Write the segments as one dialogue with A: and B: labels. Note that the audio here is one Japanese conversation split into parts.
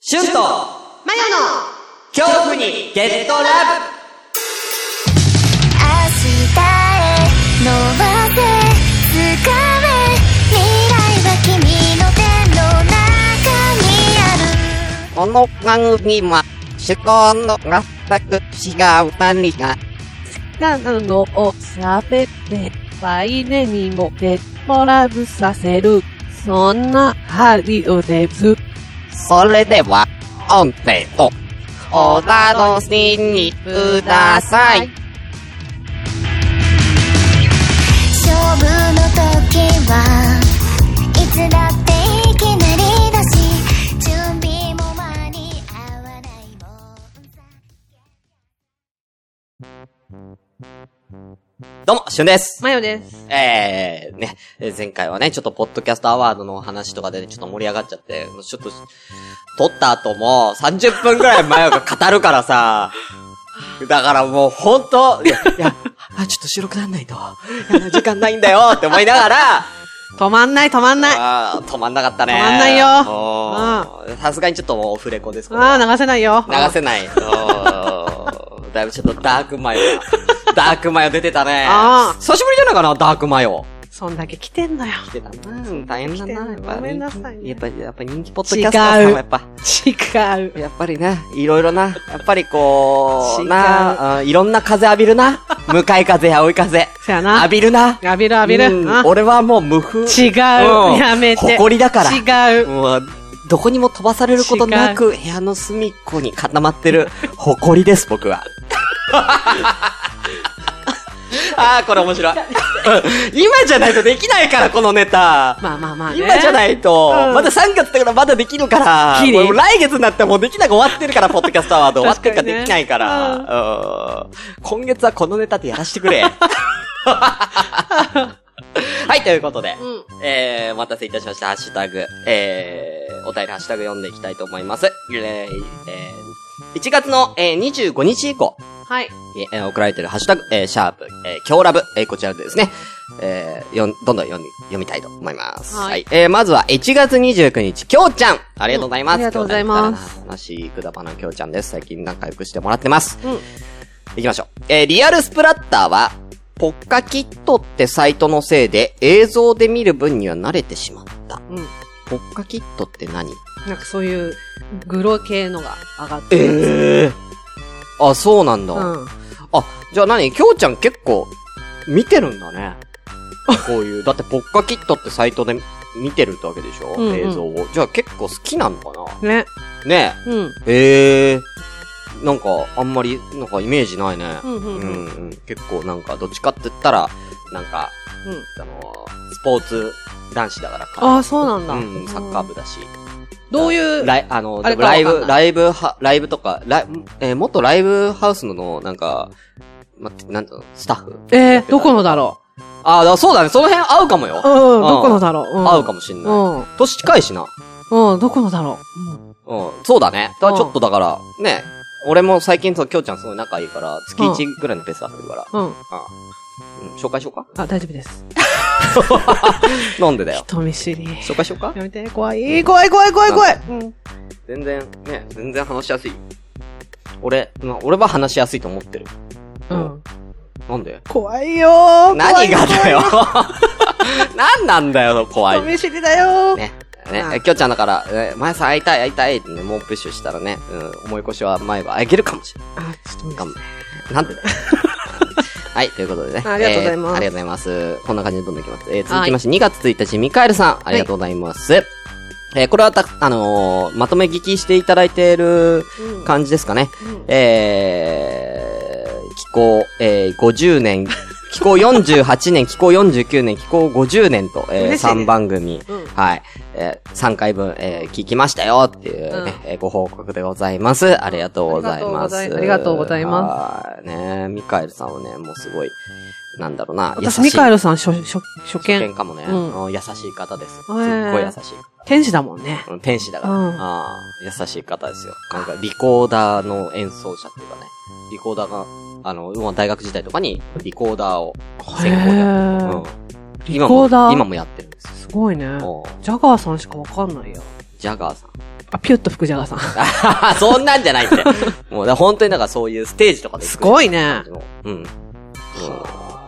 A: シュンと
B: マヨの
A: 恐怖にゲットラブ
C: 明日へ伸ばせ掴め未来は君の手の中にある
D: この番組は、趣向の全く違う何が、
E: なのを喋って、ワイネにもデッドラブさせる。そんなハリオです。
D: それでは、音程と、お楽しみください。
C: 勝負の時はいつだっていきなりだし準備も間に合わないもんさ
A: どうも、シュンです。
E: マヨです。
A: えー、ね、えー前回はね、ちょっとポッドキャストアワードの話とかでね、ちょっと盛り上がっちゃって、ちょっと、撮った後も30分くらいマヨが語るからさ、だからもうほんと、いや、いやあ、ちょっと収録なんないと、いや時間ないんだよって思いながら、
E: 止まんない止まんない。あ
A: あー止まんなかったね。
E: 止まんないよ
A: よ。さすがにちょっともうオフレコですけど。
E: あー、流せないよ。
A: 流せない。おーだいぶちょっとダークマヨ が。ダークマヨ出てたね。
E: あー
A: 久しぶりじゃないかな、ダークマヨ。
E: そんだけ来てんだよ。
A: 出たな。うん大変だな。やっぱ
E: ごめんなさいね
A: やっぱり、やっぱ人気ポッドキャスターさん
E: 違
A: は
E: う
A: やっぱ。
E: 違う。
A: やっぱりな、いろいろな、やっぱりこ
E: 違
A: う、
E: う
A: な、うんいろんな風浴びるな。向かい風や追い風。
E: そやな
A: 浴。びるな。
E: 浴びる浴びる。
A: うん
E: あ
A: 俺はもう無風。
E: 違う。
A: うん
E: やめて。
A: 誇りだから。
E: 違う。
A: もう、どこにも飛ばされることなく、部屋の隅っこに固まってる、 誇りです、僕 は。ああ、これ面白い。うん 今じゃないとできないから、このネタ。
E: まあまあまあね。。
A: 今じゃないいと、
E: うん
A: まだ3月だからまだできるから、
E: ギリ
A: もう来月になったらもうできなく終わってるから、ポッドキャストアワード終わってるから
E: 確かにね
A: できないから、うん今月はこのネタでやらせてく れ。はい、ということで、
E: うん。
A: えー、お待たせいたしました。ハッシュタグ、えー、お便りハッシュタグ読んでいきたいと思います。えー、えー1月の、えー、25日以降、
E: はい。
A: えー、送られてるハッシュタグ、えー、シャープ、えー、強ラブ、えー、こちらでですね、えー、よん、どんどん読み、読みたいと思います。
E: はい
A: えー、まずは、1月29日、きょうちゃんありがとうございます。
E: うんありがとうござい
A: きょ
E: ます
A: うちゃんからな。話、くだばなきょうちゃんです。最近仲良くしてもらってます。
E: うん
A: いきましょう。えー、リアルスプラッターは、ポッカキットってサイトのせいで、映像で見る分には慣れてしまった。
E: うん。
A: ポッカキットって何
E: なんかそういう、グロ系のが上がってる。
A: ええあ、そうなんだ。
E: うん。
A: あ、じゃあ何きょうちゃん結構、見てるんだ ね。こういう。だって、ポッカキットってサイトで見てるってわけでしょ、
E: うんうん
A: 映像を。じゃあ結構好きなのか
E: ね。
A: なね
E: うん。
A: え。へえ。なんか、あんまり、なんかイメージないね
E: う。んうん
A: う
E: うん。
A: ん、うん。結構なんか、どっちかって言ったら、なんか、
E: うん
A: あのースポーツ男子だからか。
E: ああ、そうなんだ。
A: うん、サッカー部だし。
E: どういう、
A: ライ、あの、
E: あれか
A: ライ
E: わかん
A: ブ、
E: ない
A: ライブは、ライブとか、ライブ、えー元ライブハウスの、なんか、ま、なんていうの、スタッフ。
E: えー、どこのだろ
A: ああ、だそうだね、その辺合うかも
E: うう
A: よ。
E: ん、
A: ん
E: どこのだろう、うん、
A: 合うかもしんない。年近いしな。
E: うん、うん、どこのだろう、うん、
A: うん、そうだね。だから
E: うん
A: ちょっとだから、ね、俺も最近、そう、きょうちゃんすごい仲いいから、月1ぐらいのペースで会ってるから、
E: うん。
A: うん、紹介しようか
E: あ、大丈夫です。
A: なんでだよ。
E: 人見知り。
A: 紹介しようか
E: やめて、怖い。怖い、怖い、怖い、怖い。うん。
A: 全然、ね、全然話しやすい。俺、まあ俺は話しやすいと思ってる。
E: うん。
A: なんで
E: 怖いよー。怖
A: 何
E: い
A: がだよ何なんだよ、怖い
E: 人。見知りだよー。
A: ね。
E: うん
A: ね、えきょうちゃんだから、え、前さん会いたい会いたいってね、もうプッシュしたらね、うん、思い越しは前はあげるかもしれない。
E: あ、ちょっと無理
A: 頑張れなんでだよはい、ということでね。
E: ありがとうございます
A: えーありがとうございます。こんな感じでどんどんいきます。えー続きまして、2月1日、ミカエルさん、ありがとうございます。えーこれはた、あのーまとめ聞きしていただいている
E: うん
A: 感じですかね。
E: うん
A: えー、気候、えー、50年、 気候48年、気候49年、気候50年と、えー、
E: 嬉しいね
A: 3番組、
E: うん
A: はい、えー、3回分、えー、聞きましたよっていうね、えーご報告でございます。あり がとうございます。。
E: ありがとうございます
A: ねミカエルさんはね、もうすごい、なんだろうな、
E: 私、ミカエ
A: ル
E: ルさん、初、初、初見。
A: かもね、
E: うん
A: うん優しい方です。すっ
E: へ
A: ごい
E: ー
A: 優しい。
E: 天使だもんね。
A: うん天使だから。
E: うん
A: ああ優しい方ですよ。なんか、リコーダーの演奏者っていうかね。リコーダーが、あの、まあ大学時代とかに、リコーダーを専攻でやって
E: へ
A: る
E: ー
A: うん。
E: リコーダ
A: 今
E: ー
A: も今もやってるんですよ。
E: すごいね。
A: もう
E: ジャガーさんしかわかんないや。
A: ジャガーさん。
E: あ、ピュッと福永さん。
A: あそんなんじゃ ないって。もう、だから本当になんかそういうステージとかで行く
E: すごいね。
A: うん。うん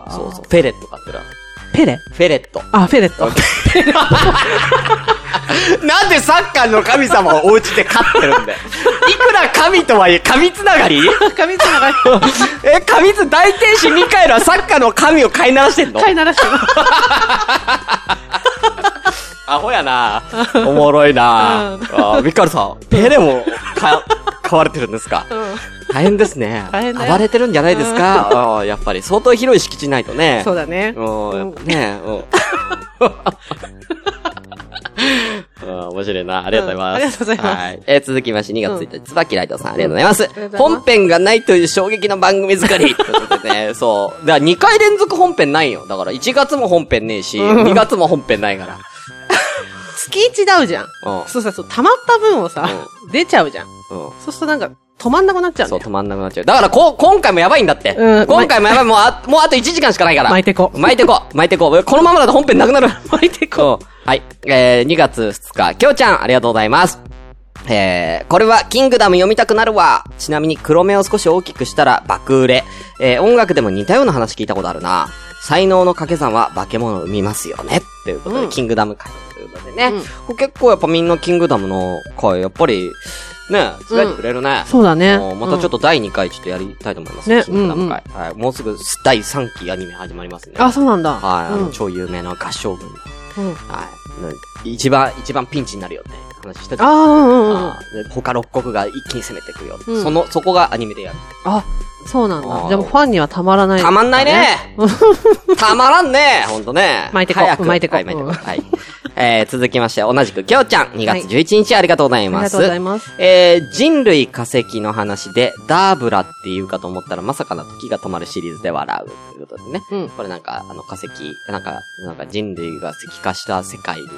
A: そうそう。フェレット買ってるわ
E: ペレ
A: フェレット。
E: あ、フェレ ット。
A: なんでサッカーの神様をお家で飼って るんで。いくら神とはいえ、神つながり
E: 神様 が
A: え、神つ、大天使ミカエルはサッカーの神を飼いならしてんの
E: 飼いならしてる。
A: アホやなおもろいな
E: うん
A: あミカエルさん、ペレもか、飼われてるんですか大変ですね。
E: 大変だよ
A: 暴れてるんじゃないですかああやっぱり、相当広い敷地ないとね。
E: そうだね。
A: うん、やっぱね、 うん。うん、面白いな。ありがとうございます。
E: うんありがとうございます
A: はい。えー続きまして、2月1日、椿ライトさん、ありがとうございます
E: りがとう。ございま
A: 本編がないという衝撃の番組作 り。ということでね、そう。だから2回連続本編ないよ。だから1月も本編ねえし、2月も本編ないから。
E: 月一ダウじゃん。
A: うん
E: そうさ、そう、溜まった分をさ、出ちゃうじゃん。
A: うん。
E: そうするとなんか、止まんなくなっちゃうん
A: そ
E: だ
A: う、
E: よ。
A: 止まんなくなっちゃう。だから、こう、今回もやばいんだって。
E: うん
A: 今回もやばい。もう、あ、もうあと1時間しかないから。
E: 巻いてこ
A: 巻いてこう。巻いてこう。このままだと本編なくなる。巻いてこう。はい。えー、2月2日、きょうちゃん、ありがとうございます。えー、これは、キングダム読みたくなるわ。ちなみに、黒目を少し大きくしたら、爆売れ。えー、音楽でも似たような話聞いたことあるな。才能の掛け算は化け物を生みますよね。っていうことで、
E: うん
A: キングダム会ということでね。これ結構やっぱみんなキングダムの会、やっぱり、ね、伝えてくれるね。
E: そうだね
A: もうまたちょっと第2回ちょっとやりたいと思います。
E: ね
A: キングダム会
E: う
A: はい。もうすぐ第3期アニメ始まりますね。
E: あ、そうなんだ。
A: はい。あ
E: う
A: の、
E: ん
A: 超有名な合唱軍。
E: うん
A: はい。一番、一番ピンチになるよって話してた。
E: あー、うんうんうん
A: あ。ーで他6国が一気に攻めてくよ。
E: うん
A: その、そこがアニメでやる。
E: あ、そうなん
A: あー
E: だ。でもファンにはたまらない。
A: たまんないね。 たまらんね。ほんとね。
E: 巻いてこ
A: 早く
E: 巻いてこ
A: はい、巻いてこ
E: うん
A: はい。えー、続きまして、同じく、きょうちゃん、2月11日ありがとうござい
E: あり
A: ま
E: が
A: す。
E: とうございます。
A: えー、人類化石の話で、ダーブラって言うかと思ったら、まさかの時が止まるシリーズで笑う。ということでね。
E: うん
A: これなんか、あの化石、なんか、なんか人類が石化した世界に、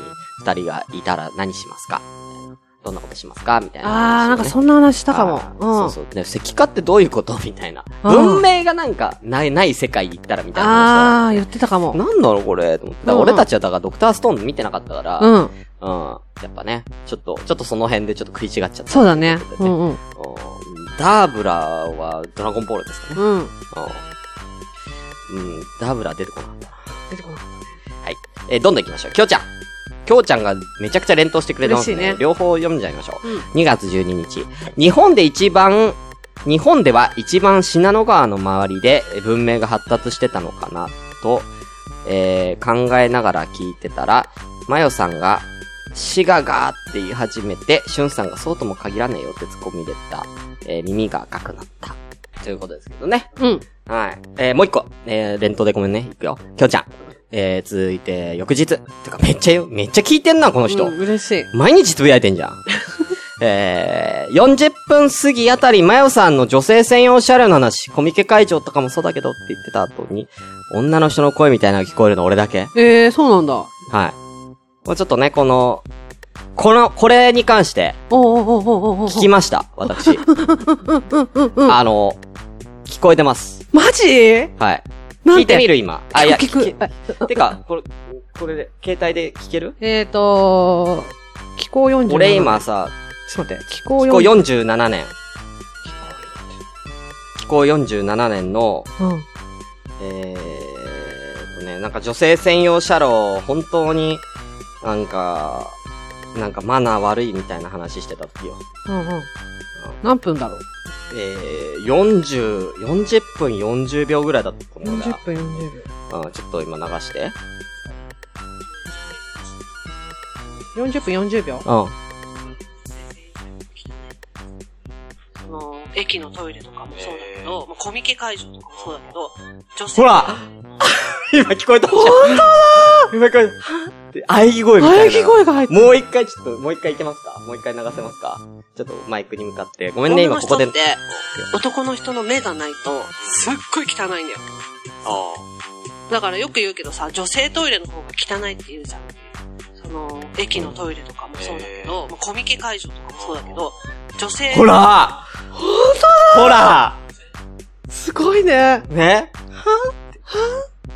A: 二人がいたら何しますかみたいなどんなことしますかみたいな話をね、
E: あー、なんかそんな話したかも
A: あ。ーそうそう。ね石化ってどういうことみたいな。
E: う
A: 文
E: ん
A: 明がなんか、ない、ない世界に行ったらみたいな話だ
E: あー、言ってたかも。
A: なんだろうこれと思って。だ
E: うん
A: から
E: うん
A: 俺たちはだからドクターストーン見てなかったから、
E: う
A: うん。
E: ん。
A: やっぱね、ちょっと、ちょっとその辺でちょっと食い違っちゃった。
E: そうだね
A: という。こと
E: う
A: でね
E: んうん。
A: うんダーブラはドラゴンボールですかね。
E: うん。
A: うん。うんダーブラ出てこなかったな。
E: 出てこなかっ
A: はい。えーどんどん行きましょう。きょうちゃん。きょうちゃんがめちゃくちゃ連投してくれてますね。
E: 嬉しいね
A: 両方読んじゃいましょう。
E: うん
A: 2月12日。日本で一番、日本では一番信濃川の周りでえー文明が発達してたのかな、と、えー考えながら聞いてたら、マヨさんが、シガガーって言い始めて、シュンさんがそうとも限らねえよってツッコミ入れた、えー耳が赤くなった。ということですけどね。
E: た。うん。
A: はい。えー、もう一個。えー、連投でごめんね。いくよ。きょうちゃん。えー、続いて、翌日。てか、めっちゃよ、めっちゃ聞いてんな、この人。
E: うん嬉しい。
A: 毎日つぶやいてんじ ゃん。えー、40分過ぎあたり、マヨさんの女性専用車両の話、コミケ会場とかもそうだけどって言ってた後に、女の人の声みたいなのが聞こえるの俺だけ
E: えー、そうなんだ。
A: はい。もうちょっとね、この、この、これに関して、
E: おうおうおうおうおうおう
A: 聞きました、 私。あの、聞こえてます。
E: マジ
A: はい。
E: なんて
A: 聞いてみる、今。あ、いや、
E: 聞く
A: 聞けてか、これ、これで、携帯で聞ける
E: えーと、気候47。
A: 俺。今さ、
E: ちょっと待って。気候
A: 気候
E: 47。
A: 47年。気候47年の、
E: うん。
A: えーっとね、なんか女性専用車両、本当に、なんか、なんかマナー悪いみたいな話してた時よ。
E: うんうん。何分だろう
A: えー、40、40分40秒ぐらいだったと思うから。
E: ?40 分40秒。
A: うん、ちょっと今流して。
E: 40分40秒。
A: うん。
B: その、駅のトイレとかもそうだけど、まあ、コミケ会場とかもそうだけど、女性
A: ほ ら今聞こえたほんとだ今聞こえたって。喘ぎ声みたいな。
E: 喘ぎ声が入ってる。
A: もう一回ちょっと、もう一回いけますかもう一回流せますかちょっとマイクに向かって。ごめんね、
B: 女の
A: 今
B: 人
A: ここ
B: って
A: で。、
B: 男の人の目がないと、すっごい汚いんだよ。だからよく言うけどさ、女性トイレの方が汚いって言うじゃん。その、駅のトイレとかもそうだけど、まあ、コミケ会場とかもそうだけど、女性、
A: ほらほんとだ
E: すごいね。
A: ほらねは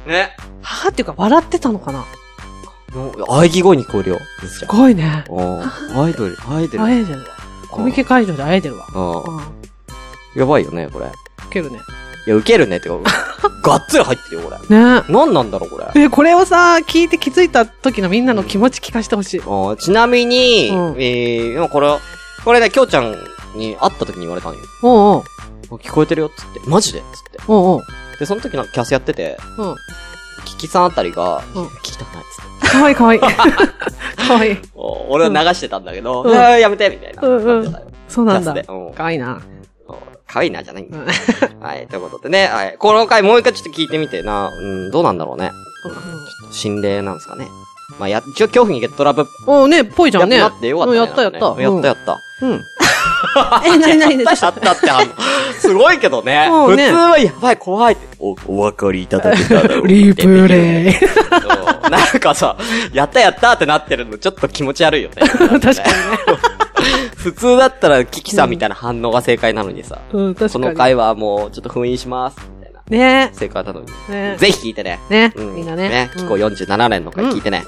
A: ね
E: はーっていうか、笑ってたのかな
A: 喘ぎ声に聞こえるよ。ゆずちゃん。
E: ごいね。
A: うんアイドル、アイドル。
E: 会えてる。コミケ会場で会えてるわ。
A: う
E: うん。
A: ん。やばいよね、これ。い
E: けるね。
A: や、ウケるねってか、がっつり入ってるよ、これ。
E: ね
A: なんなんだろう、これ。
E: え、これをさ、聞いて気づいた時のみんなの気持ち聞かせてほしい。
A: あーちなみに、
E: う
A: え
E: ん
A: ー、でもこれ、これね、きょうちゃんに会った時に言われたんよ。
E: おうおう、
A: 聞こえてるよ、つって。マジでつって。
E: おう
A: で、その時のキャスやってて、
E: おう。うん。
A: キキさんあたりが、
E: うん
A: 聞きたくないっつって。
E: かわいい かわいい。かわいい。
A: お俺は流してたんだけど、
E: うん
A: あーやめてみたいな。
E: うんう
A: な
E: ん
A: ってたよ
E: そ
A: キ
E: うな
A: ャ
E: ん
A: ス
E: だ
A: で。。うん
E: かわいいな。
A: かわいいな、じゃないん
E: う
A: だ。
E: ん。
A: はい、ということでね、はい。この回もう一回ちょっと聞いてみてな、うん、どうなんだろうね。心霊なんですかね。まあ、や、一応恐怖にゲットラブ、
E: おうね、ぽいじ
A: や
E: ゃ
A: っ
E: ん
A: て
E: ね。
A: なってよかった
E: うん
A: ね。
E: やったやった。
A: なんかねやったや
E: っ
A: った。
E: た。うん。え、なになに
A: やったやったってあの、 すごいけどね。
E: うん
A: 普
E: ね
A: 通はやばい、怖いって。お、お分かりいただけただろう
E: リプレイ。
A: そうなんかさ、やったやったってなってるの、ちょっと気持ち悪い よね。
E: 確かにね。
A: 普通だったら、キキさんみたいな反応が正解なのにさ、
E: うん、確か
A: こ
E: に。
A: の回はもう、ちょっと封印します、みたいな。
E: ね
A: 正解なのに。
E: ね
A: ぜひ聞いてね。
E: ね
A: う
E: みんなね。
A: 紀行47年の回聞いてね。はい。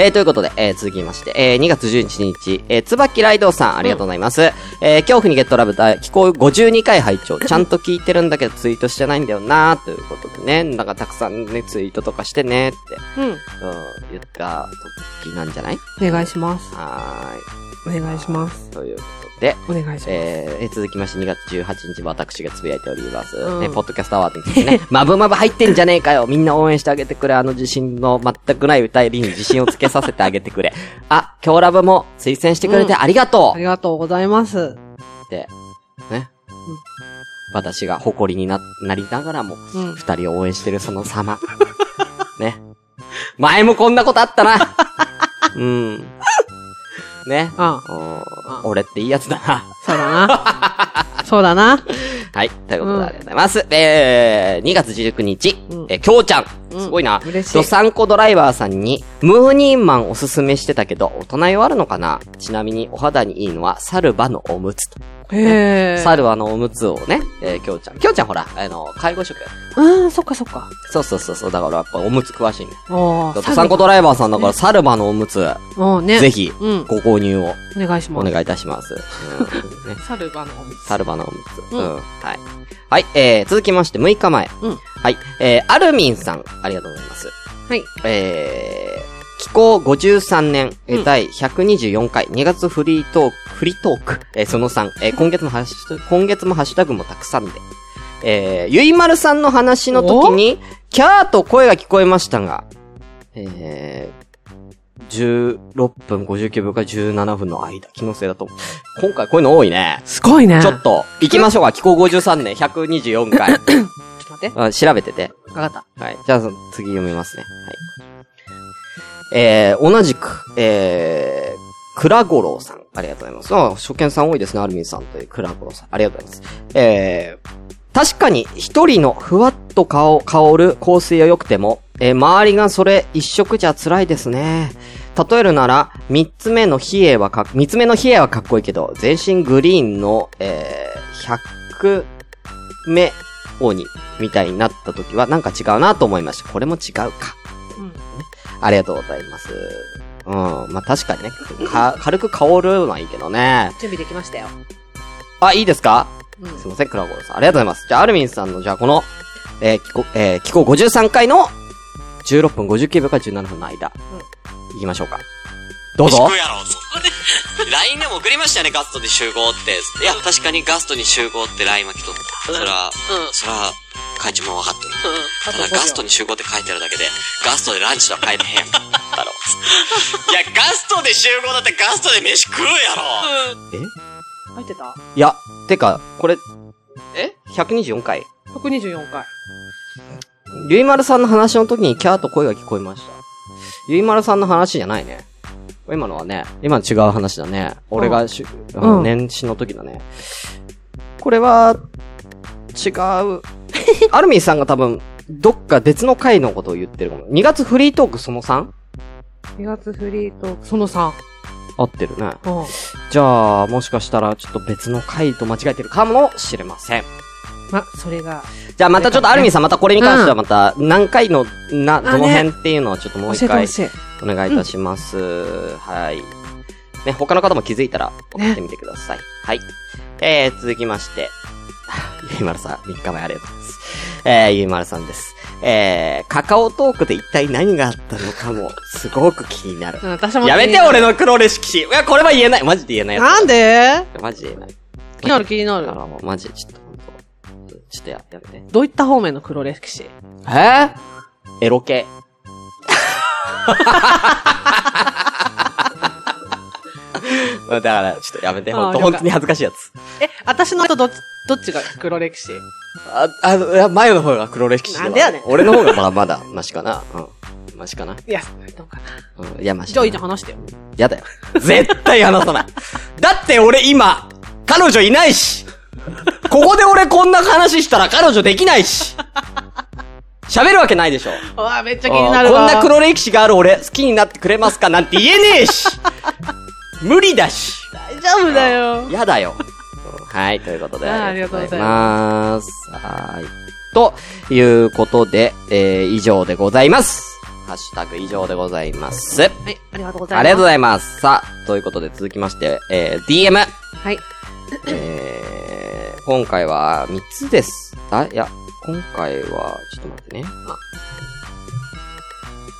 A: えー、ということで、えー、続きまして、えー、2月11日、えー、椿ライドウさん、ありがとうございます。えー、恐怖にゲットラブだ、気候52回拝 聴ちゃんと聞いてるんだけど、ツイートしてないんだよなー、ということでね、なんかたくさんね、ツイートとかしてね、って、
E: うん。
A: うん、言った時なんじゃない
E: お願いします。
A: は
E: お願いします。
A: ーい。ということで、
E: お願いします。
A: えー、え続きまして2月18日も私がつぶやいております。
E: うん
A: ね、ポッドキャストアワードについてね、 まぶまぶ入ってんじゃねえかよみんな応援してあげてくれあの自信の全くない歌いりに自信をつけさせてあげてくれあ、今日ラブも推薦してくれてありがと
E: あ
A: う、
E: りがとうございます。
A: って、ね。私が誇りにな、なりながらも、
E: うん。
A: 二人を応援してるその 様。ね。前もこんなことあった なうん。ね。
E: あ
A: おー俺っていいやつだな。
E: そうだな。 そうだな。
A: はい。ということで、ありがとうございます。えー、2月19日、
E: うん
A: えー、きょうちゃん。
E: うん
A: すごいな。
E: 嬉しい
A: ドサンコドライバーさんに、ムーニーマンおすすめしてたけど、大人用あるのかなちなみに、お肌にいいのは、サルバのおむつと。
E: へえ。
A: サルバのおむつをね、えー、きょうちゃん。きょうちゃんほら、あの、介護職や。
E: うん、そっかそっか。
A: そうそうそう、そうだからやっぱおむつ詳しいね。
E: お
A: ドサンコドライバーさんだから、サルバのおむつ、
E: おね。
A: ぜひ、
E: うん。
A: ご購入を
E: お願いし
A: お
E: ます。
A: 願いいたし ます。うんね
E: サルバのお水。
A: サルバのおむつ。う。
E: うんん
A: はい。はい、えー、続きまして、6日前。
E: うん
A: はい、えー、アルミンさん、ありがとうございます。
E: はい。
A: えー、気候53年、えー
E: うん
A: 第124回、2月フリートーク、フリートーク、えー、その3、えー、今月もハッシュ、 今月もハッシュタグもたくさんで。えー、ゆいまるさんの話の時に、キャーと声が聞こえましたが、えー、16分59分から17分の間、気のせいだと思う。今回こういうの多いね。
E: すごいね。
A: ちょっと、行きましょうか。気候53年124回。
E: と待って。
A: あ調べてて。
E: わかった。
A: はい。じゃあ、その次読みますね。はい。えー、同じく、えー、倉五郎さん。ありがとうございます。あ、初見さん多いですね。アルミンさんという倉五郎さん。ありがとうございます。えー、確かに一人のふわっと顔、香る香水は良くても、えー、周りがそれ一色じゃ辛いですね。例えるなら、三つ目の比叡はかっ、三つ目の比叡はかっこいいけど、全身グリーンの、えー、百目鬼みたいになった時はなんか違うなと思いました。これも違うか。
E: うん
A: ありがとうございます。うん。まあ、確かにね、か、軽く香るのはいいけどね。
E: 準備できましたよ。
A: あ、いいですか
E: うん。
A: すいません、クラゴロさん。ありがとうございます。じゃあ、アルミンさんの、じゃあ、この、えー、気候、えー、気候53回の16分59秒から17分の間。行きましょうか。どうぞ。
F: 聞くやろ、そこで。LINE でも送りましたよね、ガストに集合って。いや、確かにガストに集合って LINE は来とった。そら、
B: うん。うん。
F: そら、会長も分かっとる。
B: あ
F: た
B: と
F: だ
B: 5
F: ガスト
B: 秒。
F: に集合って書いてあるだけで、ガストでランチとは書いてへん。 だろ。いや、ガストで集合だってガストで飯食うやろ。
E: 入ってた
A: いや、てか、これ、え ?124 回。
E: ?124 回。
A: ゆいまるさんの話の時にキャーと声が聞こえました。ゆいまるさんの話じゃないね。今のはね、今の違う話だね。俺がし、あの
E: うん
A: 年始の時だね。これは、違 う。アルミンさんが多分、どっか別の回のことを言ってるかも。2月フリートークその 3?
E: 2月フリートーク。その3。
A: 合ってるね。
E: うん。
A: じゃあ、もしかしたらちょっと別の回と間違えてるかもしれません。
E: ま、それが、
A: じゃあまたちょっとアルミさん、またこれに関してはまた何回の、な、どの辺っていうのはちょっともう一
E: 教えてほ
A: 回
E: しい。
A: お願いいたします。はい。ね、他の方も気づいたら送ってみてください。はい。えー、続きまして。 ゆいまるさん、3日前ありがとうございます。えー、ゆいまるさんです。えー、カカオトークで一体何があったのかも、すごく気にな る
E: う。ん私も。
A: やめて、俺。の黒レシピ。いや、これは言えない。マジで言えないやつ。
E: なんで
A: マジで言えない。
E: 気になる気にな
A: だか
E: る。
A: らもうマジでちょっとほんと、ちょっとや、やめて。
E: どういった方面の黒歴史
A: えー、エロ 系。だから、ちょっとやめて、ほんと、
E: あー了解
A: 本当に恥ずかしいやつ。
E: え、私のとどっち、どっちが黒歴史
A: あ、あの、いや前の方が黒歴史では
E: なんでやねん
A: 俺の方がまだまだ、マシかな。うん。マシかな。
E: いや、どうかな。
A: うん。いや、マシ
E: じ
A: か
E: ゃあ、
A: な。
E: いいじゃん話してよ。
A: やだよ。絶対話さない。だって俺今、彼女いないし。ここで俺こんな話したら彼女できないし。喋るわけないでしょ。
E: うわ、めっちゃ気になる
A: こん
E: わ。
A: な黒歴史がある俺、好きになってくれますかなんて言えねえし無理だし
E: 大丈夫だよ。
A: やだよ。はい、ということで、
E: あー
A: ありがとうございます。はーい。ということで、えー、以上でございます。ハッシュタグ以上でございます。あ
E: はい、ありがとうご
A: り
E: ざい
A: が
E: ます。
A: とうございます。さあ、ということで続きまして、えー、DM。
E: はい。
A: えー、今回は3つです。あ、いや、今回は、ちょっと待ってね。あ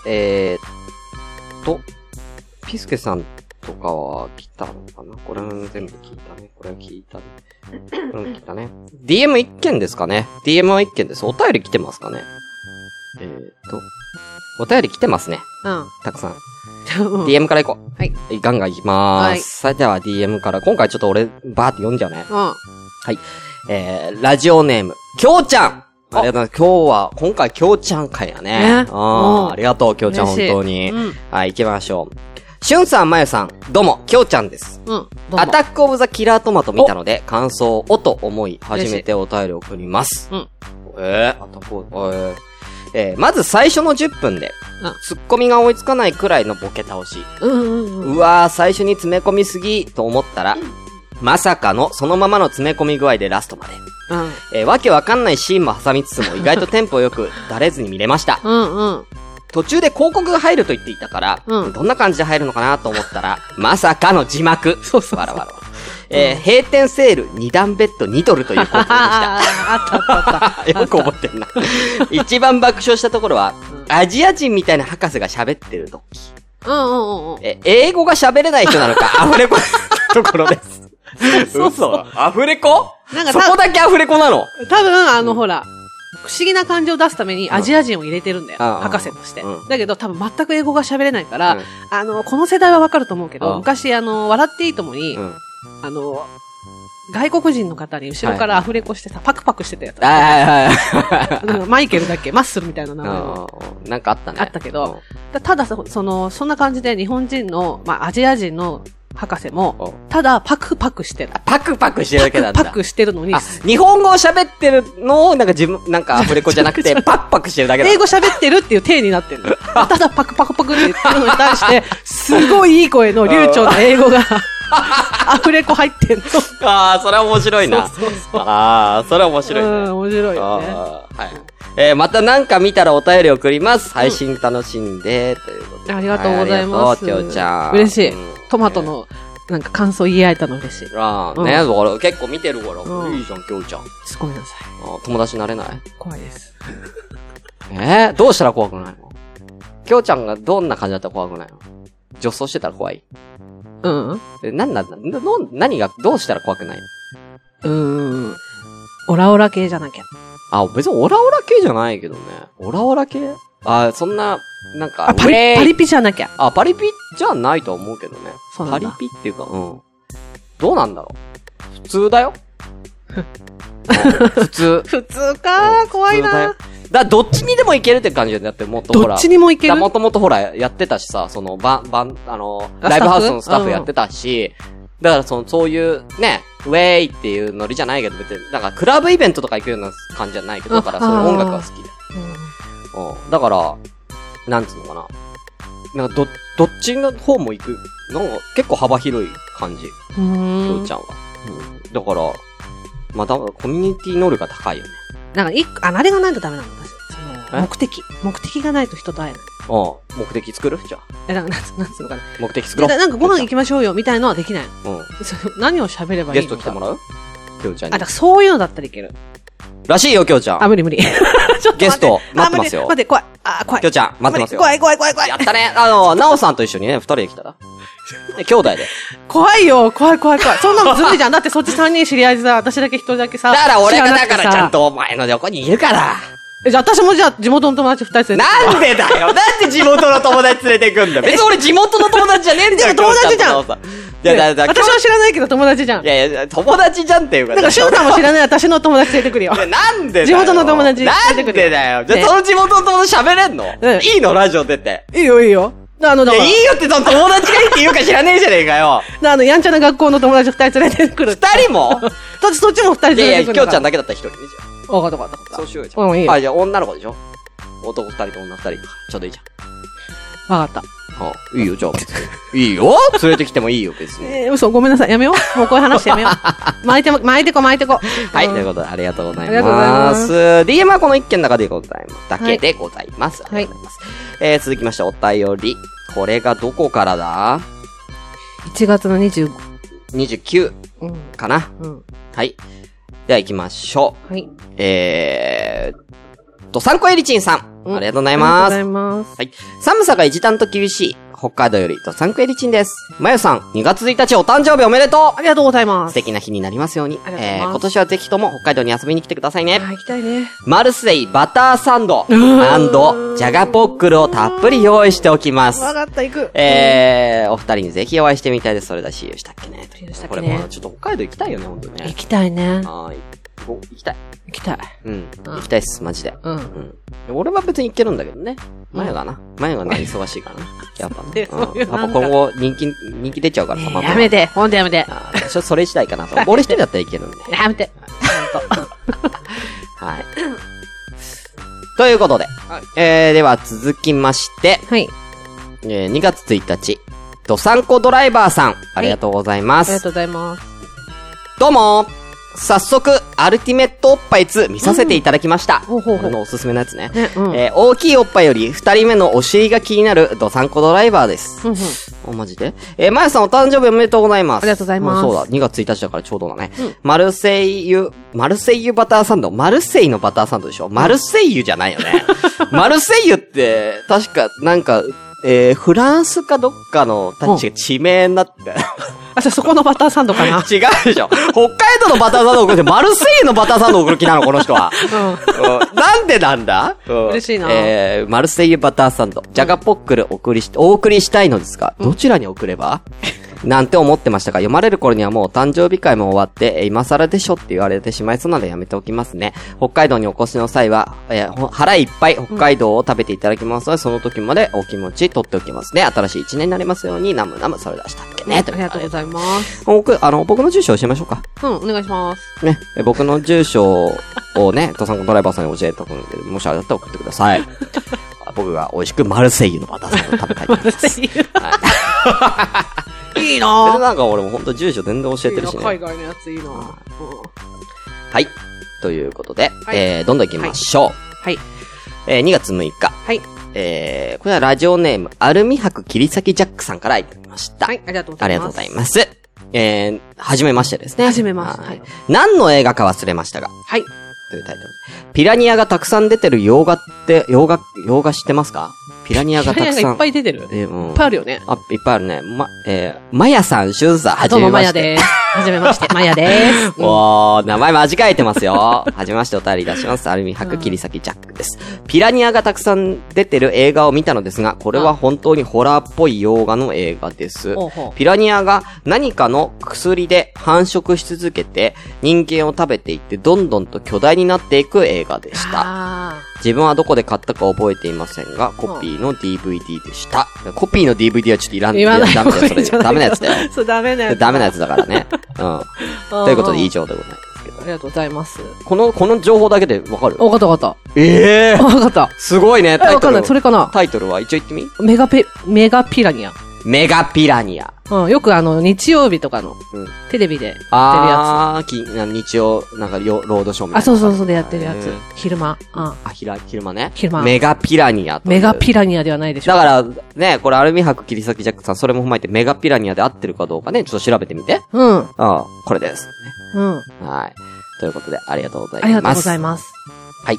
A: えーっと、ピスケさんとかは来たのかなこれも全部聞いたね。これ聞いたね。これも聞いたね。DM1 件ですかね ?DM1 件です。お便り来てますかねえーっと、お便り来てますね。たくさん。
E: うん。
A: DM から行こう。
E: はい。
A: ガンガン行きまーす。
E: はい
A: それでは DM から、今回ちょっと俺、バーって読んじゃうね。
E: うん。
A: えー、ラジオネーム、きょうちゃんありがとうございます。今日は、今回きょうちゃん会やね。
E: ね
A: あ
E: うん
A: あ、ありがとう、きょうちゃん、本
E: 嬉しい
A: 当に。
E: うん
A: はい、行きましょう。しゅんさん、まゆさん、どうも、きょうちゃんです。
E: うん。どう
A: ア
E: も
A: タックオブザキラートマト見たので、感想をと思い、初めてお便りを送ります。
E: うん。
A: えー、アタックオブ、えーえーまず最初の10分で
E: うん、
A: ツッコミが追いつかないくらいのボケ倒し。
E: うんうんうん。
A: うわー、最初に詰め込みすぎ、と思ったら、まさかの、そのままの詰め込み具合でラストまで。
E: うん。
A: えーわけわかんないシーンも挟みつつも、意外とテンポよく、だれずに見れました。
E: うんうん。
A: 途中で広告が入ると言っていたから、
E: うん
A: どんな感じで入るのかなと思ったら、まさかの字幕。
E: そうそうそう
A: わらわら。えー閉店セール、二段ベッド2ドルという広告でした。
E: あーあったあったあった。
A: よく覚えてんな。一番爆笑したところは、アジア人みたいな博士が喋ってると。
E: うんうんうんうん。
A: え、英語が喋れない人なの か、アフレコところです。
E: そうそう
A: 嘘アフレコ
E: なんか
A: そ
E: た
A: こだけアフレコなの
E: 多分、あの、ほら、不思議な感じを出すためにアジア人を入れてるんだよ。
A: うんうん
E: 博士として、
A: うん
E: だけど、多分全く英語が喋れないから、
A: うん
E: あの、この世代はわかると思うけど、
A: うん
E: 昔、あの、笑っていいともに、
A: うん。
E: あの、外国人の方に後ろからアフレコしてさ、パクパクしてたやつ。
A: はいはいはい。
E: なんかマイケルだっけマッスルみたいな名前の。
A: うんなんかあったね。
E: あったけどだただそ、その、そんな感じで日本人の、まあ、アジア人の博士
A: うん。
E: も、
A: うん
E: ただ、パクパクしてた。
A: パクパクしてるだけなんだ。
E: パクしてるのに
A: あ、、日本語を喋ってるのを、なんか自分、なんかアフレコじゃなくて、パクパクしてるだけだ。
E: 英語喋ってるっていう体になってるの。ただパクパクパクって言ってるのに対して、すごいいい声の流暢な英語 が、アフレコ入ってんの。
A: ああ、それは面白いな。
E: そうそうそう。
A: ああ、それは面白いね。
E: うん、面白いよね。
A: あーはい。えーまたなんか見たらお便り送ります。配信楽しんで、ということで。
E: ありがとうござい
A: は
E: ます。
A: ありがとう、きょうちゃん。
E: 嬉しい
A: うん。
E: トマトの、なんか感想言い合えたの嬉しい。
A: ああ、
E: うん
A: ね、だから結構見てるから、
E: うん
A: いいじゃん、きょうちゃん。あ
E: すごいなさい。
A: ー友達になれない
E: 怖いです。
A: えー、どうしたら怖くないのきょうちゃんがどんな感じだったら怖くないの女装してたら怖い
E: うん。う
A: え、なんなんだなの何が、どうしたら怖くないの
E: ーん。オラオラ系じゃなきゃ。
A: あ、別にオラオラ系じゃないけどね。オラオラ系あ、そんな、なんか、
E: あ、パ
A: ウェ
E: リ、
A: イ
E: パリピじゃなきゃ。
A: あ、パリピじゃないとは思うけどね。
E: そうな
A: パ
E: ん
A: リ
E: だ
A: ピっていうか、うん。どうなんだろう。普通だ よ。うん普通。
E: 普通かー、怖い
A: 普通だよ
E: な。
A: だからどっちにでもいけるって感じだって、もっとほら。
E: どっちにもいける
A: もともとほら、やってたしさ、その、ば、ばん、あの、
E: あ
A: ライブハウ
E: ス
A: ス
E: タッフ
A: のスタッフやってたし、だからその、そういう、ね、ウェイっていうノリじゃないけど、別に、なんかクラブイベントとか行くような感じじゃないけど、だから
E: あ
A: その
E: あー
A: 音楽が好きで。うん。だから、なんつうのかな。なんか、ど、どっちの方も行く。なんか、結構幅広い感じ、
E: う
A: き
E: ん
A: ょうちゃんは。うん。だから、まあ、だからコミュニティ能力が高いよね。
E: なんか、一個、あ、あれがないとダメなの私。そ
A: え
E: の、目的。目的がないと人と会えない。
A: うん。目的作るじゃあ。
E: え、なんか、なんつなんつうのかな。
A: 目的作
E: で
A: ろ
E: な
A: う。
E: なんかご飯行きましょうよ、みたいのはできないの。
A: う
E: その何を喋れ
A: ん。
E: ばいい
A: ゲ
E: の
A: ス
E: か
A: ト来てもらうきょうちゃ
E: あ、
A: ん
E: だ
A: に
E: から。そういうのだったらいける。
A: らしいよ、きょうちゃ
E: あ、
A: ん。
E: 無 理無理。ちょっと待って
A: ゲスト待ってますよ
E: あ待って、待って怖い。あ、怖い。
A: きょうちゃん、待ってますよ。
E: 怖い怖い怖い怖い
A: や。ったね。あの、なおさんと一緒にね、二人で来た ら。ね兄弟で。
E: 怖いよ、怖い怖い怖い。そんなのず るいじゃん。だってそっち3人知り合いでさ、私だけ一人だけさ。
A: だから俺が
E: 知な
A: だ
E: く
A: か
E: てさ
A: らちゃん。とお前の横にいるから。
E: えじゃあ私もじゃあ地元の友達二人連れて。
A: なんでだ よなんで地元の友達連れてくんだ別に俺地元の友達じゃねえんだよ。
E: でも友達じゃん
A: きょうちとなおさんいや、だ、だ、
E: 私は知らないけど友達じゃん。
A: い
E: だ
A: やいや、友達じゃんっていうか。
E: から、しゅうたんも知らない私の友達連れてくるよ。
A: でなんでだよ
E: 地元の友達
A: なん
E: 出て
A: で
E: くるよ
A: だよ。じゃあ、
E: ね
A: その地元の友達喋れんの
E: うん
A: いいのラジオ出て。
E: いいよいいよ。あの、
A: い
E: だから
A: や、いいよって、その友達がいいって言うか知らねえじゃねえかよ。
E: あの、やんちゃな学校の友達二人連れてくる。だ
A: 二人も
E: ってそっちも二人
A: いや
E: 連れて
A: いや、
E: くる
A: きょうちゃんだ
E: だ
A: けだったら一人ねじゃ
E: から。わかったわかった
A: あ。そ
E: わか
A: う
E: っ
A: しようよ。
E: うんいいよ
A: あ、じゃあ、女の子でしょ男二人と女二人。ちょうどいいじ
E: た。わかっ
A: ゃん。あ、いいよ、じゃあ別に。いいよ連れてきてもいいよ、別
E: た。
A: に。
E: えー、嘘、ごめんなさい。やめよう。もうこういう話やめよ う。巻いても、巻いてこ巻いてこ。
A: はい、
E: う
A: と
E: ん
A: いうことで、ありがとうござい
E: ありがとうござい
A: ま。
E: ますす
A: DM はこの一件の中でございます。だけでございます。
E: はい
A: ありがとうございます。えー、続きまして、お便り。これがどこからだ
E: 1月の25。
A: ?29
E: うん。
A: かな。
E: うん。
A: はい。では行きましょう。
E: はい。
A: えー、と、サンコエリチンさん。
E: うん
A: ありがとうござ
E: あ
A: い
E: りがと
A: ま
E: うご
A: す
E: ざ。います。
A: はい。寒さが一段と厳しい。北海道よりとサンクエリチンです。まゆさん、2月1日お誕生日おめでと
E: ありがとうございま
A: う素
E: す。
A: 敵な日になりますように。
E: ありがとうござ
A: え
E: います
A: ー、今年はぜひとも北海道に遊びに来てくださいね。
E: あ、行きたいね。
A: マルセイバターサンドジャガポックルをたっぷり用意しておきます。
E: わかった、行く。
A: えー、お二人にぜひお会いしてみたいです。それだし、したっけね。
E: 理由したっ
A: こ
E: け
A: れ
E: ね
A: もうちょっと北海道行きたいよね、ほんとね
E: 行。きたいね。
A: はーい。お行きたい。
E: 行きたい。
A: うん。行きたいっす、マジで。
E: う。
A: うんん。俺は別に行けるんだけどね。前がな。前がな、忙しいからな。やっぱね。
E: で そうい
A: うんや
E: う
A: っぱ
E: なんか
A: 今後、人気、人気出ちゃうから、
E: やめ
A: て。
E: て、ほんとやめて。
A: あーちょそれ次第かなと。 俺一人だったらいけるんで。
E: やめて。
A: はい。ということで。えー、では続きまして、
E: はい。
A: えー2月1日、ドサンコドライバーさん、ありがとうございま
E: ありが
A: す。
E: とうございます。
A: どうも早速、アルティメットおっぱい2見させていただきました。
E: ほうほうほう
A: 俺のおすすめのやつね。
E: ね、うん。
A: えー大きいおっぱいより二人目のお尻が気になるドサンコドライバーです。
E: うんうん
A: お、マジでえー、まやさんお誕生日おめでとうございます。
E: ありがとうございます
A: んそうだ、2月1日だからちょうどだね。マルセイユ、マルセイユバターサンド、マルセイのバターサンドでしょマルセイユじゃないよ ね。マルセイユって、確か、なんか、えー、フランスかどっかの、確か地名になって、
E: あ、じゃあそこのバターサンドかな。
A: 違 うでしょ北海道のバターサンドを送って、マルセイユのバターサンドを送る気なの、この人は。
E: う
A: うんなんでなんだ
E: 嬉しいな
A: えー、マルセイユバターサンド、ジャガポックルお送りし、お送りしたいのですが、どちらに送れば、なんて思ってましたが、読まれる頃にはもうお誕生日会も終わって、えー今更でしょって言われてしまいそうなのでやめておきますね。北海道にお越しの際は、えーほ腹いっぱい北海道を食べていただきますので、その時までお気持ち取っておきますね。新しい一年になりますように、ナムナムそれ出したっけ
E: ん。
A: ね。
E: ありがとうございます。
A: 僕、あの、僕の住所教えましょうか。
E: うん、お願いします。
A: ね、え僕の住所をね、 登山ドライバーさんに教えておくので、もしあれだったら送ってくだ さい。僕が美味しくマルセイユのバターサンドを食べたいと思います。
E: い
A: それ
E: いな
A: でなんか俺も本当住所全然教え
E: い
A: て
E: い
A: る
E: な
A: しね。
E: 海外のやついいなうん
A: はい。ということで、
E: はい
A: えー、どんどん行きましょう。
E: はい。
A: えー、2月6日。
E: はい。
A: えー、これはラジオネーム、アルミ博切り裂きジャックさんからいただきました。
E: はい、ありがとうござ
A: あ
E: います。
A: りがとうございます。えー、はじめましてですね。
E: はじめまして
A: はい何の映画か忘れましたが、
E: はい。
A: というタイトル。ピラニアがたくさん出てる洋画って、洋画、洋画知ってますかピラニアがたく
E: い
A: さん。
E: っぱい出てる。いっ
A: えーうん
E: ぱいあるよね。
A: あ、いっぱいあるね。ま、えー、マヤさん、シュンさん、はじ
E: どう
A: め
E: も、マ
A: まし
E: ヤ
A: て。
E: です。はじめ まして、マヤです。
A: おー、名前間違えてますよ。はじめましてお便りいたします。アルミ箔切り裂きジャックです。ピラニアがたくさん出てる映画を見たのですが、これは本当にホラーっぽい洋画の映画です。
E: ほうほ
A: ピラニアが何かの薬で繁殖し続けて、人間を食べていって、どんどんと巨大になっていく映画でした。
E: あ
A: 自分はどこで買ったか覚えていませんが、コピーの DVD でした。コピーの DVD はちょっといらん
E: 言わない
A: ダメだよ、それ。
E: 方がいいんじゃない
A: ダメなやつだよ。
E: あ。 そう、ダメなやつ。
A: ダメなやつだ からね。うん。ということで以
E: じ
A: 上でございますけ
E: ゃん。あ
A: ど。
E: りがとうございます。
A: この、この情報だけでわかる
E: お、わかったわかっ
A: ええ
E: た。わかった。
A: すごいね、
E: え、
A: タイト
E: わかん
A: ル
E: ない。そ。れかな
A: タイトルは一応言ってみ
E: メガペ、メガピラニア。
A: メガピラニア。
E: うん、よくあの、日曜日とかの
A: うん、
E: テレビでやってるやつ。あ
A: あー、き日曜、なんかよ、ロードショーみたいな。
E: そうそうそうでやってるやつ
A: へー。
E: 昼間。うん。
A: あ、ひら、昼間ね。
E: 昼間
A: メガピラニアという
E: メガピラニアではないでしょ
A: だ。から、ね、これアルミ箔切り裂きジャックさん、それも踏まえてメガピラニアで合ってるかどうかね、ちょっと調べてみて。
E: うん。
A: ああ、これです。
E: うん。
A: はい。ということで、ありがとうございます。
E: ありがとうございます。
A: えー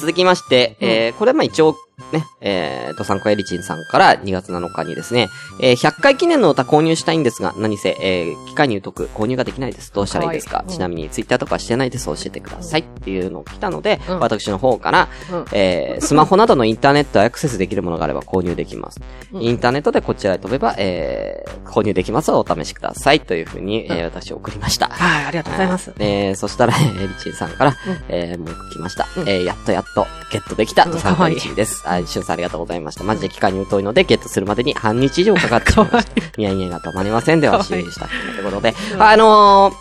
A: 続きまして、えーこれはまあ一応、ね、えー、ドサンコエリチンさんから2月7日にですね、えー100回記念の歌購入したいんですが、何せ、えー機械に入得、購入ができないです。どうしたらいいですか
E: はいうん
A: ちなみに、ツイッターとかしてないです。教えてください。っていうのを来たので、
E: うん
A: 私の方から、
E: うん
A: えースマホなどのインターネットへアクセスできるものがあれば購入できます。
E: うん
A: インターネットでこちらへ飛べば、えー購入できます。お試しください。というふうに、えー私送りました。
E: はい、ありがとうございます。
A: えー、そしたら、えーエリチンさんから、
E: うん
A: えー、もう一個来ました。
E: うん
A: えー、やっとやっと、ゲットできた、
E: うん
A: とさん
E: かわ
A: か
E: い
A: エ
E: い
A: リチンです。あ、しゅんさんありがとうございました。マジで機械に疎いので、ゲットするまでに半日以上かかってしまいました。ニヤニヤが止まりませんでは、
E: かわいい
A: 終了した。ということで、あの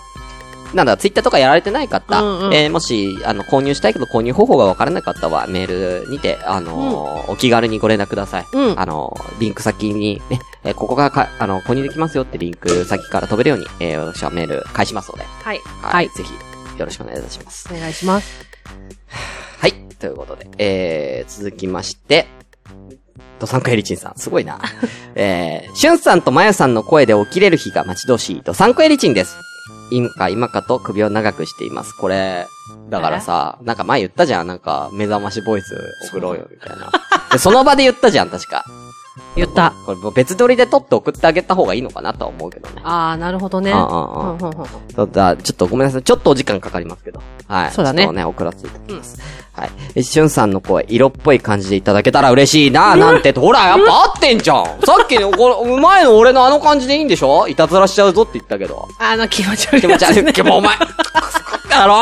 A: ー、なんだ、ツイッターとかやられてない方、
E: うんうん
A: えーもし、あの、購入したいけど購入方法がわからなかったは、メールにて、あのーお気軽にご連絡ください。
E: うん。
A: あの、リンク先にね、えーここがか、あの、購入できますよってリンク先から飛べるように、えー私はメール返しますので。
E: はい。
A: は。
E: はいい。
A: ぜひ、よろしくお願いいたします。
E: お願いします。
A: はい。ということで、えー、続きまして、ドサンコエリチンさん、すごいな。えー、シュンさんとマヨさんの声で起きれる日が待ち遠しいドサンコエリチンです。今か今かと首を長くしています。これ、だからさ、なんか前言ったじゃん、なんか、目覚ましボイス送ろうよ、みたいな。で、その場で言ったじゃん、確か。
E: 言った。
A: これ、別撮りで撮って送ってあげた方がいいのかなとは思うけどね。
E: あー、なるほどね。
A: う
E: うんん
A: う
E: う
A: うん
E: んんうんうん
A: そうだ、ちょっとごめんなさい。ちょっとお時間かかりますけど。はい。
E: そうだ
A: ち
E: ね
A: ょっとね、送らせていただきます。はい。え、しゅんさんの声、色っぽい感じでいただけたら嬉しいなぁ、なんてと。ほら、やっぱ合ってんじゃんさっきの、これ、前の俺のあの感じでいいんでしょいたずらしちゃうぞって言ったけど。
E: あの、気持ち悪い。
A: 気持ち 悪い。気もお前、くそかったろ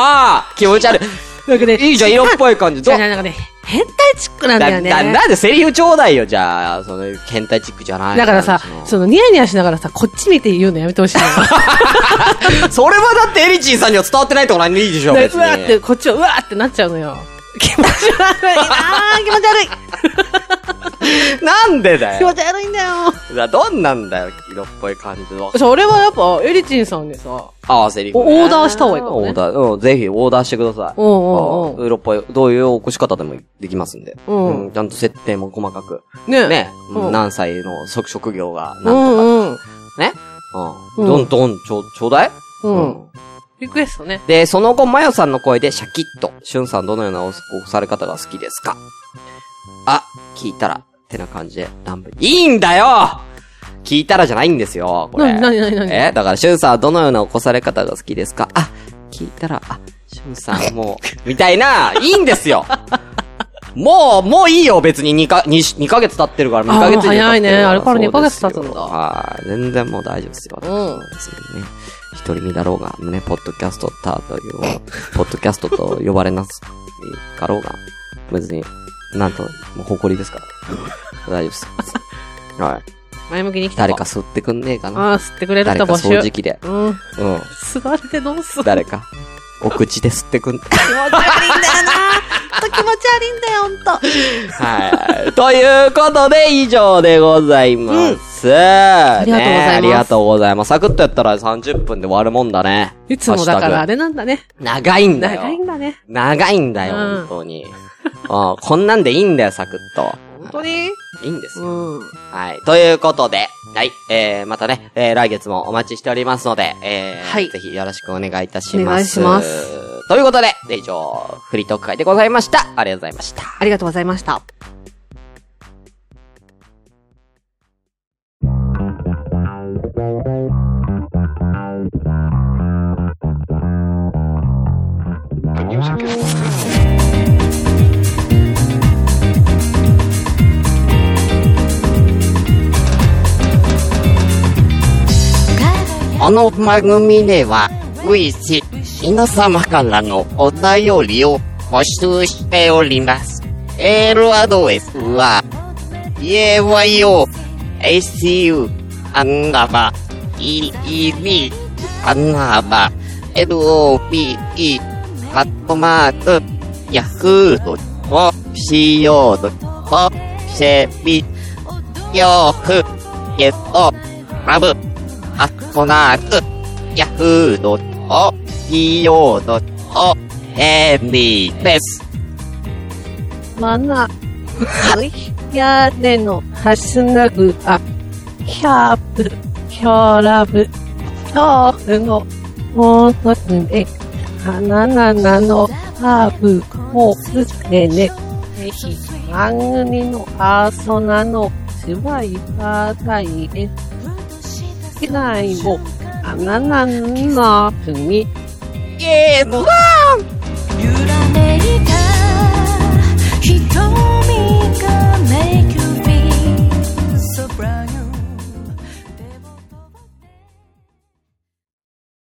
A: 気持ち悪
E: なんかね
A: い。いいじゃん、色っぽい感じ。ど
E: じ
A: う
E: ゃあなんかね、変態チックなんだよ
A: だ、
E: ね。
A: だ、なんでセリフちょうだいよ、じゃあ、その、変態チックじゃない
E: だからさ、そのニヤニヤしながらさ、こっち見て言うのやめてほしいのよ。
A: それはだってエリチンさんには伝わってないとこないんでいいでしょ、
E: だ
A: 別に。
E: からうわーって、こっちをうわーってなっちゃうのよ。 気持ち悪いなー気持ち悪い
A: なんでだよ
E: 気。持ち悪いんだよ
A: だどんなんだよ、色っぽい感じの。
E: それはやっぱ、エリチンさんにさ、
A: 合わせリフ、ね。
E: おオーダーした方がいいかもね
A: オーダー、うん、ぜひオーダーしてください。
E: うんうんうん
A: あ色っぽい、どういう起こし方でもできますんで。
E: うん
A: ちゃんと設定も細かく。
E: ね
A: ね、
E: うん
A: うん何歳の職職業が、なんとか、
E: うんうん。
A: ね。うん。
E: う
A: ど
E: ん
A: んどん、ちょ、ちょうだい
E: うん。リクエストね。
A: で、その後、まよさんの声でシャキッと、しゅんさんどのようなお起こされ方が好きですかあ、聞いたら、ってな感じで、乱文。いいんだよ聞いたらじゃないんですよ、これ。
E: なになになになに
A: えだから、しゅんさんはどのような起こされ方が好きですかあ、聞いたら、あ、しゅんさんもう、 みたいな、いいんですよもう、もういいよ、別に2か、二二ヶ月経ってるから、2ヶ月以上経ってるから
E: あもう早いねあれから二ヶ月経つんだ
A: そうですよはい。全然もう大丈夫ですよ。
E: うん
A: ですよね。独り身だろうが、ね、ポッドキャストターという、ポッドキャストと呼ばれなすかろうが、別に、なんと、もう誇りです から。大丈夫です。はい。
E: 前向きに来た。
A: 誰か。吸ってくんねえかな。
E: あー、吸ってくれる
A: 誰
E: 人
A: か
E: 募
A: 掃除
E: 集。
A: 機で。
E: うん。
A: うん。
E: 吸われてどうすんの
A: 誰 か。お口で吸ってくん。
E: 気持ち悪いんだよ、ほんと。
A: はい。 ということで、以上でございます。あ
E: りがとうございます
A: ありがとうございます。サクッとやったら30分で終わるもんだね。
E: いつもだからあれなんだね。
A: ハッシュタグ。長いんだよ。
E: 長いんだね。
A: 長いんだよ、
E: うん
A: 本当に。あこんなんでいいんだよ、サクッと。
E: 本当に
A: いいんですよ。
E: うん。
A: はい。ということで、はい。えー、またね、えー、来月もお待ちしておりますので、えー、
E: はい
A: ぜひよろしくお願いいたします。
E: お願いします。
A: ということで、以上、フリートーク会でございました。ありがとうございました。
E: ありがとうございました。
D: この番組では、随時、皆様からのお便りを募集しております。メールアドレスは、yayo.hcu アンダーバー eed アンダーバー lope カットマーク yahoo.co.jp 恐怖、ゲット、ラブ、アットナーツ、ヤフードと、企業ドと、エンビーです。
E: マナ、屋根のハスナグア、キャープ、キョーラブ、豆腐の、もう一つね、カナナナのハーブ、もうすねね、ぜひ、番組のパーソナの、シワイパータイへ、機内も、カナナナナ、ふみ、
D: イエーイ